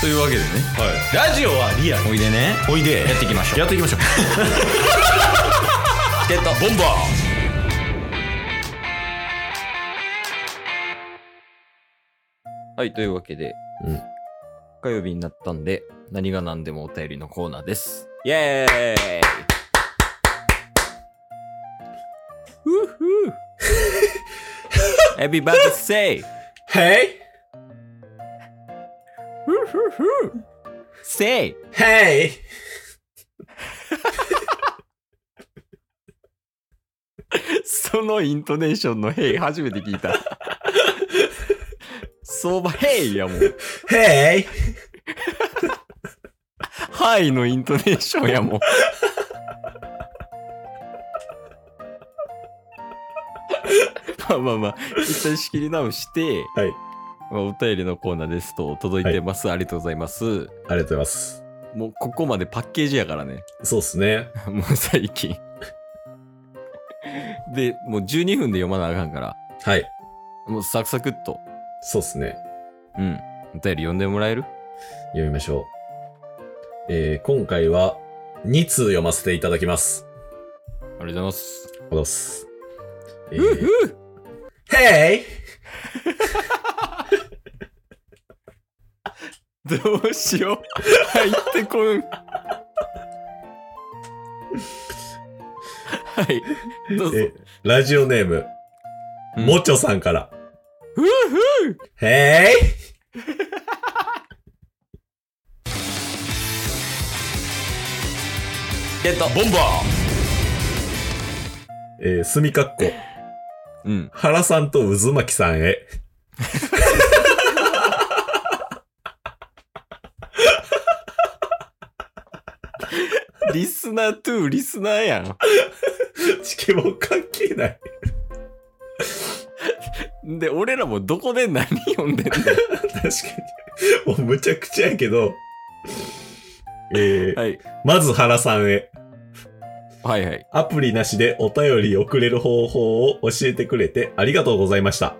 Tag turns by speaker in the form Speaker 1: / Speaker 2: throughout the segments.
Speaker 1: というわけでね
Speaker 2: ラジオはリアル
Speaker 1: おいでね
Speaker 2: おいで
Speaker 1: やっていきましょう
Speaker 2: やってい きましょう
Speaker 1: チケットボンバーはいというわけで、
Speaker 2: うん
Speaker 1: 火曜日になったんで何が何でもお便りのコーナーですイエーイふうふう Everybody say
Speaker 2: ヘ
Speaker 1: ふうふうふう Say
Speaker 2: イヘイ
Speaker 1: そのイントネーションの「へい」初めて聞いた。相場「へい」やもん。
Speaker 2: ヘイ
Speaker 1: はいのイントネーションやもん。まあまあまあ、一旦仕切り直して、
Speaker 2: はい
Speaker 1: まあお便りのコーナーですと届いてます、ありがとうございます。
Speaker 2: ありがとうございます
Speaker 1: もうここまでパッケージやからね。
Speaker 2: そうっすね
Speaker 1: もう最近。で、もう12分で読まなあかんから、
Speaker 2: はい
Speaker 1: もうサクサクっと。
Speaker 2: そうっすね
Speaker 1: うん。お便り読んでもらえる
Speaker 2: 読みましょうえー、今回は2通読ませていただきます
Speaker 1: ありがとうございます。
Speaker 2: おどすえ
Speaker 1: う
Speaker 2: ー、
Speaker 1: ふう
Speaker 2: ヘイ
Speaker 1: どうしよう。入ってこん。はい。どうぞ。
Speaker 2: えラジオネーム
Speaker 1: うん
Speaker 2: もちょさんから
Speaker 1: ふうふう
Speaker 2: ヘイ
Speaker 1: ゲットボンバ
Speaker 2: えー、すみかっこ
Speaker 1: ーうん。
Speaker 2: 原さんと渦巻さんへ。
Speaker 1: リスナートゥーリスナーやん。
Speaker 2: チケボン関係ない。
Speaker 1: で、俺らもどこで何読んでんの
Speaker 2: 確かに。 もうむちゃくちゃやけど。え ー
Speaker 1: はい。
Speaker 2: まず原さんへ。
Speaker 1: はいはい。
Speaker 2: アプリなしでお便り送れる方法を教えてくれてありがとうございました。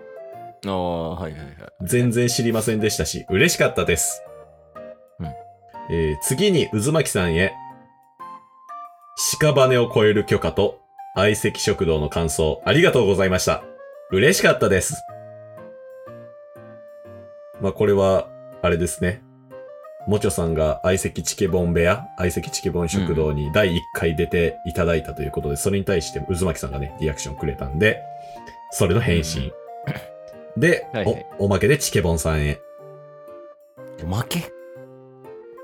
Speaker 1: ああ、はいはいはい。
Speaker 2: 全然知りませんでしたし、嬉しかったです。
Speaker 1: うん
Speaker 2: えー次に渦巻さんへ。屍を超える許可と、相席食堂の感想、ありがとうございました。嬉しかったです。まあ、これは、あれですね。もちょさんが相席チケボン部屋、相席チケボン食堂に第1回出ていただいたということで、それに対して渦巻さんがね、リアクションくれたんで、それの返信。で、
Speaker 1: はいはい
Speaker 2: お、おまけでチケボンさんへ。
Speaker 1: おまけ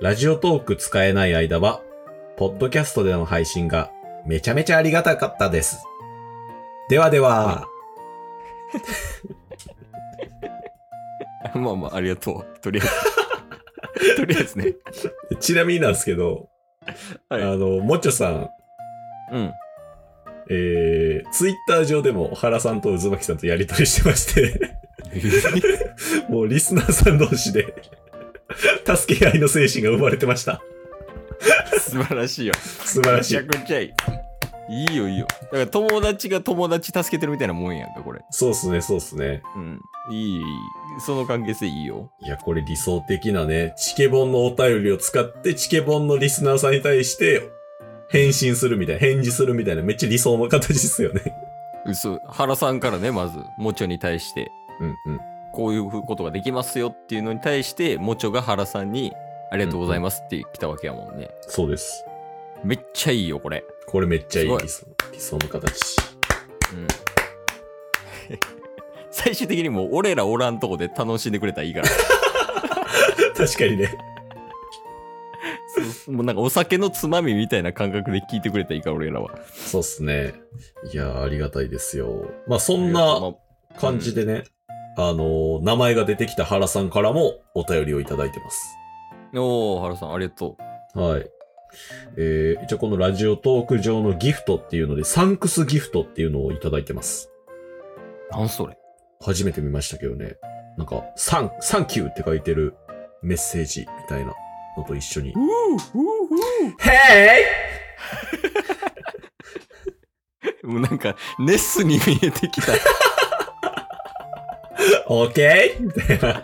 Speaker 2: ラジオトーク使えない間は、ポッドキャストでの配信がめちゃめちゃありがたかったです。ではでは、
Speaker 1: まあまあ、ありがとう。とりあえず。とりあえずね。
Speaker 2: ちなみになんですけど、
Speaker 1: はい
Speaker 2: あの、もちょさん、
Speaker 1: うん。
Speaker 2: えー、ツイッター上でも原さんと渦巻さんとやりとりしてまして、 もうリスナーさん同士で、助け合いの精神が生まれてました。
Speaker 1: 素晴らしいよ。
Speaker 2: 素晴ら
Speaker 1: め
Speaker 2: し
Speaker 1: ちゃ
Speaker 2: い。
Speaker 1: くちゃいい。いいよいいよ。だから友達が友達助けてるみたいなもんやんか、これ。
Speaker 2: そうっすね、そうっすね。
Speaker 1: うん。いい、いいその関係性いいよ。
Speaker 2: いや、これ理想的なね、チケボンのお便りを使って、チケボンのリスナーさんに対して、返信するみたいな、返事するみたいな、めっちゃ理想の形ですよね。
Speaker 1: 嘘。原さんからね、まず、もちょに対して、
Speaker 2: うんうん。
Speaker 1: こういうことができますよっていうのに対して、もちょが原さんに、ありがとうございますって来たわけやもんね。
Speaker 2: そうです。
Speaker 1: めっちゃいいよ、これ。
Speaker 2: これめっちゃい
Speaker 1: す
Speaker 2: い
Speaker 1: ごい
Speaker 2: 理想理想の形。
Speaker 1: うん。 最終的にもう俺らおらんとこで楽しんでくれたらいい から。
Speaker 2: 確かにね。
Speaker 1: もうなんかお酒のつまみみたいな感覚で聞いてくれたらいいから、俺らは。
Speaker 2: そうっすね。いやー、ありがたいですよ。まあ、そ
Speaker 1: こ
Speaker 2: んな感じでね、あのー名前が出てきた原さんからもお便りをいただいてます。
Speaker 1: おー、原さん、ありがとう。
Speaker 2: はい。えー、一応このラジオトーク上のギフトっていうので、サンクスギフトっていうのをいただいてます。
Speaker 1: なんそれ
Speaker 2: 初めて見ましたけどね。なんか、サン、サンキューって書いてるメッセージみたいなのと一緒に。ヘ
Speaker 1: もうなんか、ネスに見えてきた。
Speaker 2: イオッケーみたいな。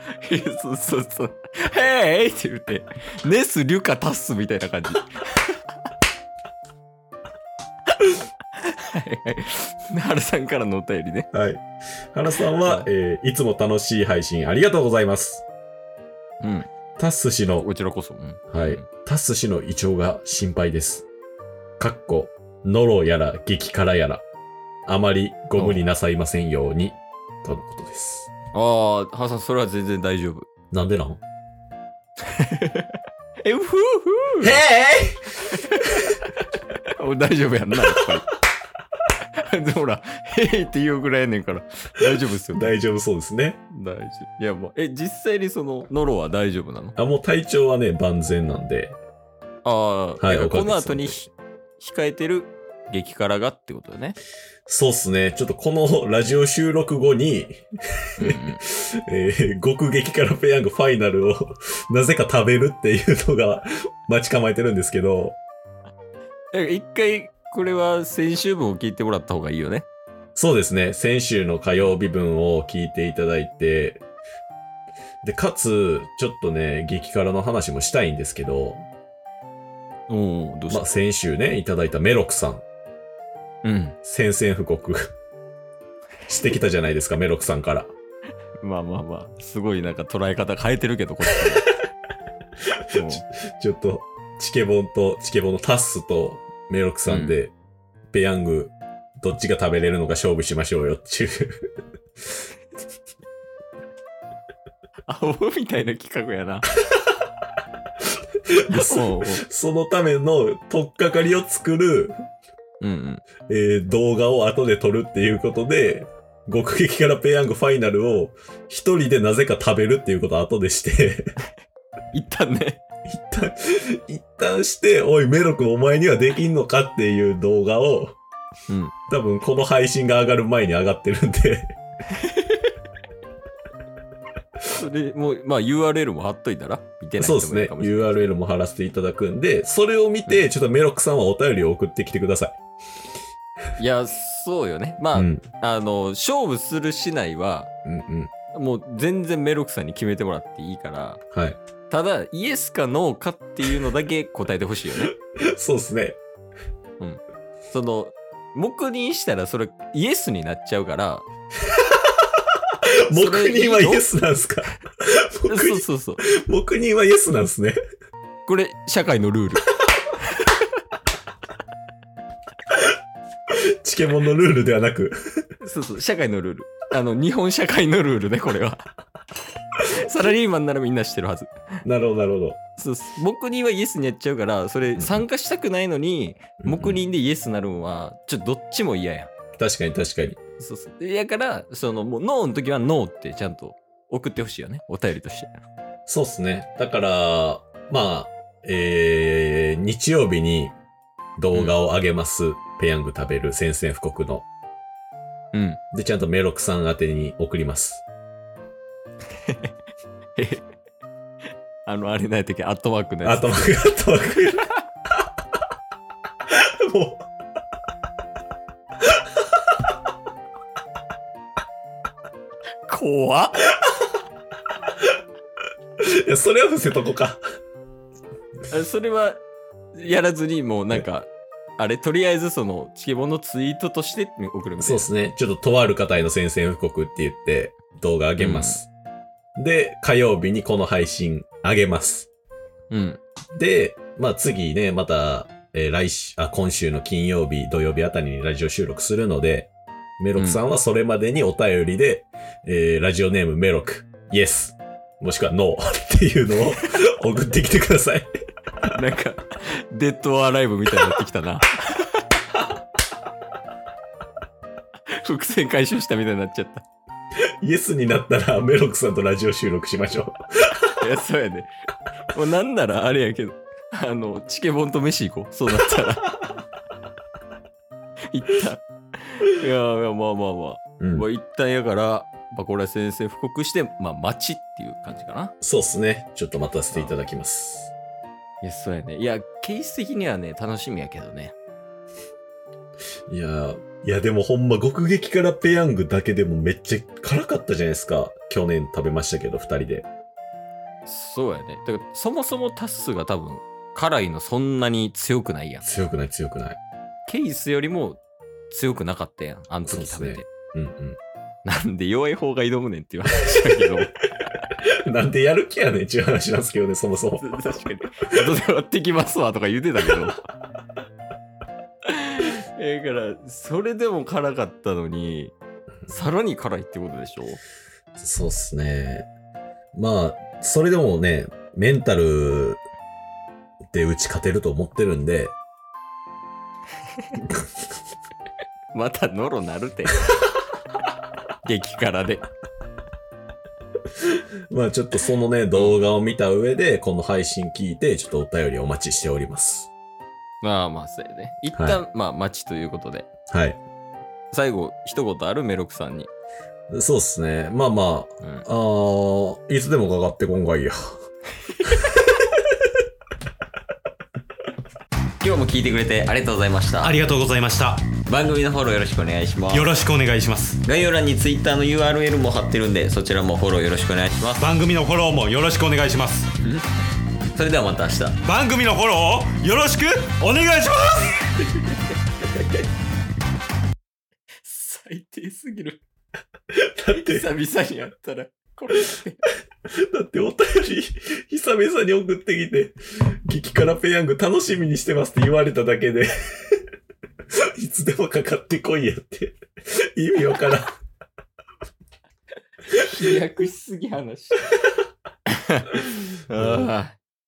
Speaker 1: そうそうそう。へーいって言って、ネス、リュカ、タッスみたいな感じ。はいはい。原さんからのお便りね。
Speaker 2: はい。原さんは、えーいつも楽しい配信ありがとうございます。
Speaker 1: うん。
Speaker 2: タッス氏の、
Speaker 1: こちらこそ。うん
Speaker 2: はい。タッス氏の胃腸が心配です。かっこ、ノロやら激辛やら、あまりご無理なさいませんように、とのことです。
Speaker 1: ああ、原さん、それは全然大丈夫。
Speaker 2: なんでなん
Speaker 1: え、ふうふう
Speaker 2: へ
Speaker 1: お大丈夫やんな、やっぱり。でほら、へいって言うぐらいやねんから、大丈夫ですよ。
Speaker 2: ー
Speaker 1: 大
Speaker 2: 大丈夫そうですね。
Speaker 1: 丈夫。いや、もう、え、実際にその、ノロは大丈夫なの
Speaker 2: あ、もう体調はね、万全なんで。
Speaker 1: ああ、
Speaker 2: はい
Speaker 1: だからこの
Speaker 2: おか
Speaker 1: 後
Speaker 2: げ
Speaker 1: にひ控えてる激辛がってことだね。
Speaker 2: そうっすね。ちょっとこのラジオ収録後に、
Speaker 1: うん うん
Speaker 2: えー極激辛ペヤングファイナルを なぜか食べるっていうのが 待ち構えてるんですけど、
Speaker 1: だから一回、これは先週分を聞いてもらった方がいいよね。
Speaker 2: そうですね。先週の火曜日分を聞いていただいて、で、かつ、ちょっとね、激辛の話もしたいんですけど、
Speaker 1: おお、どうし
Speaker 2: まあ、
Speaker 1: た、
Speaker 2: 先週ね、いただいたメロクさん、
Speaker 1: うん。
Speaker 2: 宣戦布告 してきたじゃないですか、メロクさんから。
Speaker 1: まあまあまあ、すごいなんか捉え方変えてるけど、こっち も
Speaker 2: ちょっと、チケボンと、チケボンのタッスとメロクさんで、ペヤング、どっちが食べれるのか勝負しましょうよっていう。
Speaker 1: うん。青みたいな企画やな。 おうおう
Speaker 2: そのための取っかかりを作る、
Speaker 1: うんうん。
Speaker 2: えー動画を後で撮るっていうことで、極撃からペヤングファイナルを一人でなぜか食べるっていうことを後でして、
Speaker 1: 一旦ね。
Speaker 2: 一旦、一旦して、おいメロ君お前にはできんのかっていう動画を、
Speaker 1: うん。
Speaker 2: 多分この配信が上がる前に上がってるんで、
Speaker 1: それ、もう、まあ URL も貼っといたら見てない
Speaker 2: そう
Speaker 1: 人
Speaker 2: です
Speaker 1: もいるかも
Speaker 2: ね。
Speaker 1: しれない。
Speaker 2: URL も貼らせていただくんで、それを見て、ちょっとメロクさんはお便りを送ってきてください。
Speaker 1: いや、そうよね。まあ、
Speaker 2: うん。
Speaker 1: あの、勝負するしないは、
Speaker 2: うんうん。
Speaker 1: もう全然メロクさんに決めてもらっていいから、
Speaker 2: はい。
Speaker 1: ただ、イエスかノーかっていうのだけ 答えてほしいよね。
Speaker 2: そうですね。
Speaker 1: その、黙認したらそれイエスになっちゃう から、
Speaker 2: 黙認はイエ
Speaker 1: ス
Speaker 2: スなんす か
Speaker 1: そ
Speaker 2: 黙
Speaker 1: う
Speaker 2: 認
Speaker 1: そうそう。
Speaker 2: 黙認はイエスな んですね。
Speaker 1: これ、社会のルール。
Speaker 2: チケモンのルールではなく。
Speaker 1: そうそう、社会のルール。あの、日本社会のルールね、これ は。サラリーマンならみんな知ってるはず。
Speaker 2: なるほど、なるほど。
Speaker 1: そうそう黙認はイエスにやっちゃうから、それ参加したくないのに、黙認でイエスなるんは、ちょっとどっちも嫌やん。
Speaker 2: 確かに確かに。
Speaker 1: そうそう。でやから、その、もう、ノーの時はノーってちゃんと送ってほしいよね。お便りとして。
Speaker 2: そうですね。だから、まあ、えー、日曜日に動画を上げます。ペヤング食べる宣戦布告の。
Speaker 1: うん。
Speaker 2: で、ちゃんとメロクさん宛てに送ります。
Speaker 1: あの、あれない時、アットワークのや
Speaker 2: あ
Speaker 1: つ。
Speaker 2: と、あと、も
Speaker 1: 怖っ
Speaker 2: う、いや、それは伏せとこか。
Speaker 1: あそれは、やらずに、もうなんか、あれ、とりあえずその、チケボンのツイートとして送るみたい
Speaker 2: そう
Speaker 1: な。
Speaker 2: ですね。ちょっととある方への宣戦布告って言って動画上げます。で、火曜日にこの配信上げます。
Speaker 1: うん。
Speaker 2: で、まあ次ね、また、えー来週、あ、今週の金曜日、土曜日あたりにラジオ収録するので、メロクさんはそれまでにお便りで、えーラジオネームメロク、イエス、もしくはノーっていうのを 送ってきてください。
Speaker 1: なんか、デッドオアライブみたいになってきたな。 伏線回収したみたいになっちゃった。
Speaker 2: イエスになったらメロクさんとラジオ収録しましょ
Speaker 1: いや、そうやね。もうなんならあれやけど、あの、チケボンと飯行こう。そうなったら。 一旦。いやー、いやまあまあまあ。
Speaker 2: う。うん
Speaker 1: まあ、一旦やから、まあ、これは先生布告して、まあ、待ちっていう感じかな。
Speaker 2: そうですね。ちょっと待たせていただきます。
Speaker 1: いや、そうやね。いや、ケース的にはね、楽しみやけどね。
Speaker 2: いやー、いや、でもほんま、極撃からペヤングだけでもめっちゃ辛かったじゃないですか。去年食べましたけど、二人で。
Speaker 1: そうやね。だから、そもそもタッスが多分、辛いのそんなに強くないやん。
Speaker 2: 強くない、強くない。
Speaker 1: ケイスよりも強くなかったやん。あの時食べて。
Speaker 2: そうっうんう
Speaker 1: なんで弱い方が挑むねんっていう話だけど。
Speaker 2: ん。 なんでやる気やねんっていう話なんですけどね、そもそも。
Speaker 1: 確かに。後で割ってきますわとか言ってた けど。だから、それでも辛かったのに、さらに辛いってことでしょ
Speaker 2: そうっすね。まあ、それでもね、メンタルで打ち勝てると思ってるんで、
Speaker 1: またノロなるて。 激辛で。
Speaker 2: まあちょっとそのね、動画を見た上で、この配信聞いて、ちょっとお便りお待ちしております。
Speaker 1: まあまあ、そうやね。一旦、まあ、待ちということで。
Speaker 2: はい。
Speaker 1: 最後、一言あるメロクさんに。
Speaker 2: そうっすね。まあま
Speaker 1: うん
Speaker 2: あ、あーいつでもかかってこんがいいや。
Speaker 1: 今日も聞いてくれてありがとうございました
Speaker 3: あ。りがとうございました。
Speaker 1: 番組のフォローよろしくお願いします
Speaker 3: よ。ろしくお願いします。
Speaker 1: 概要欄に Twitter の URL も貼ってるんで、そちらもフォローよろしくお願いします。
Speaker 3: 番組のフォローもよろしくお願いします。
Speaker 1: それではまた明日。
Speaker 3: 番組のフォローをよろしくお願いします
Speaker 1: 最低すぎる。
Speaker 2: だって、
Speaker 1: 久々にやったら、これ って。
Speaker 2: だってお便り、久々に送ってきて、激辛ペヤング楽しみにしてますって言われただけで、いつでもかかってこいやって、意味わからん。
Speaker 1: 飛躍しすぎ話。ああ。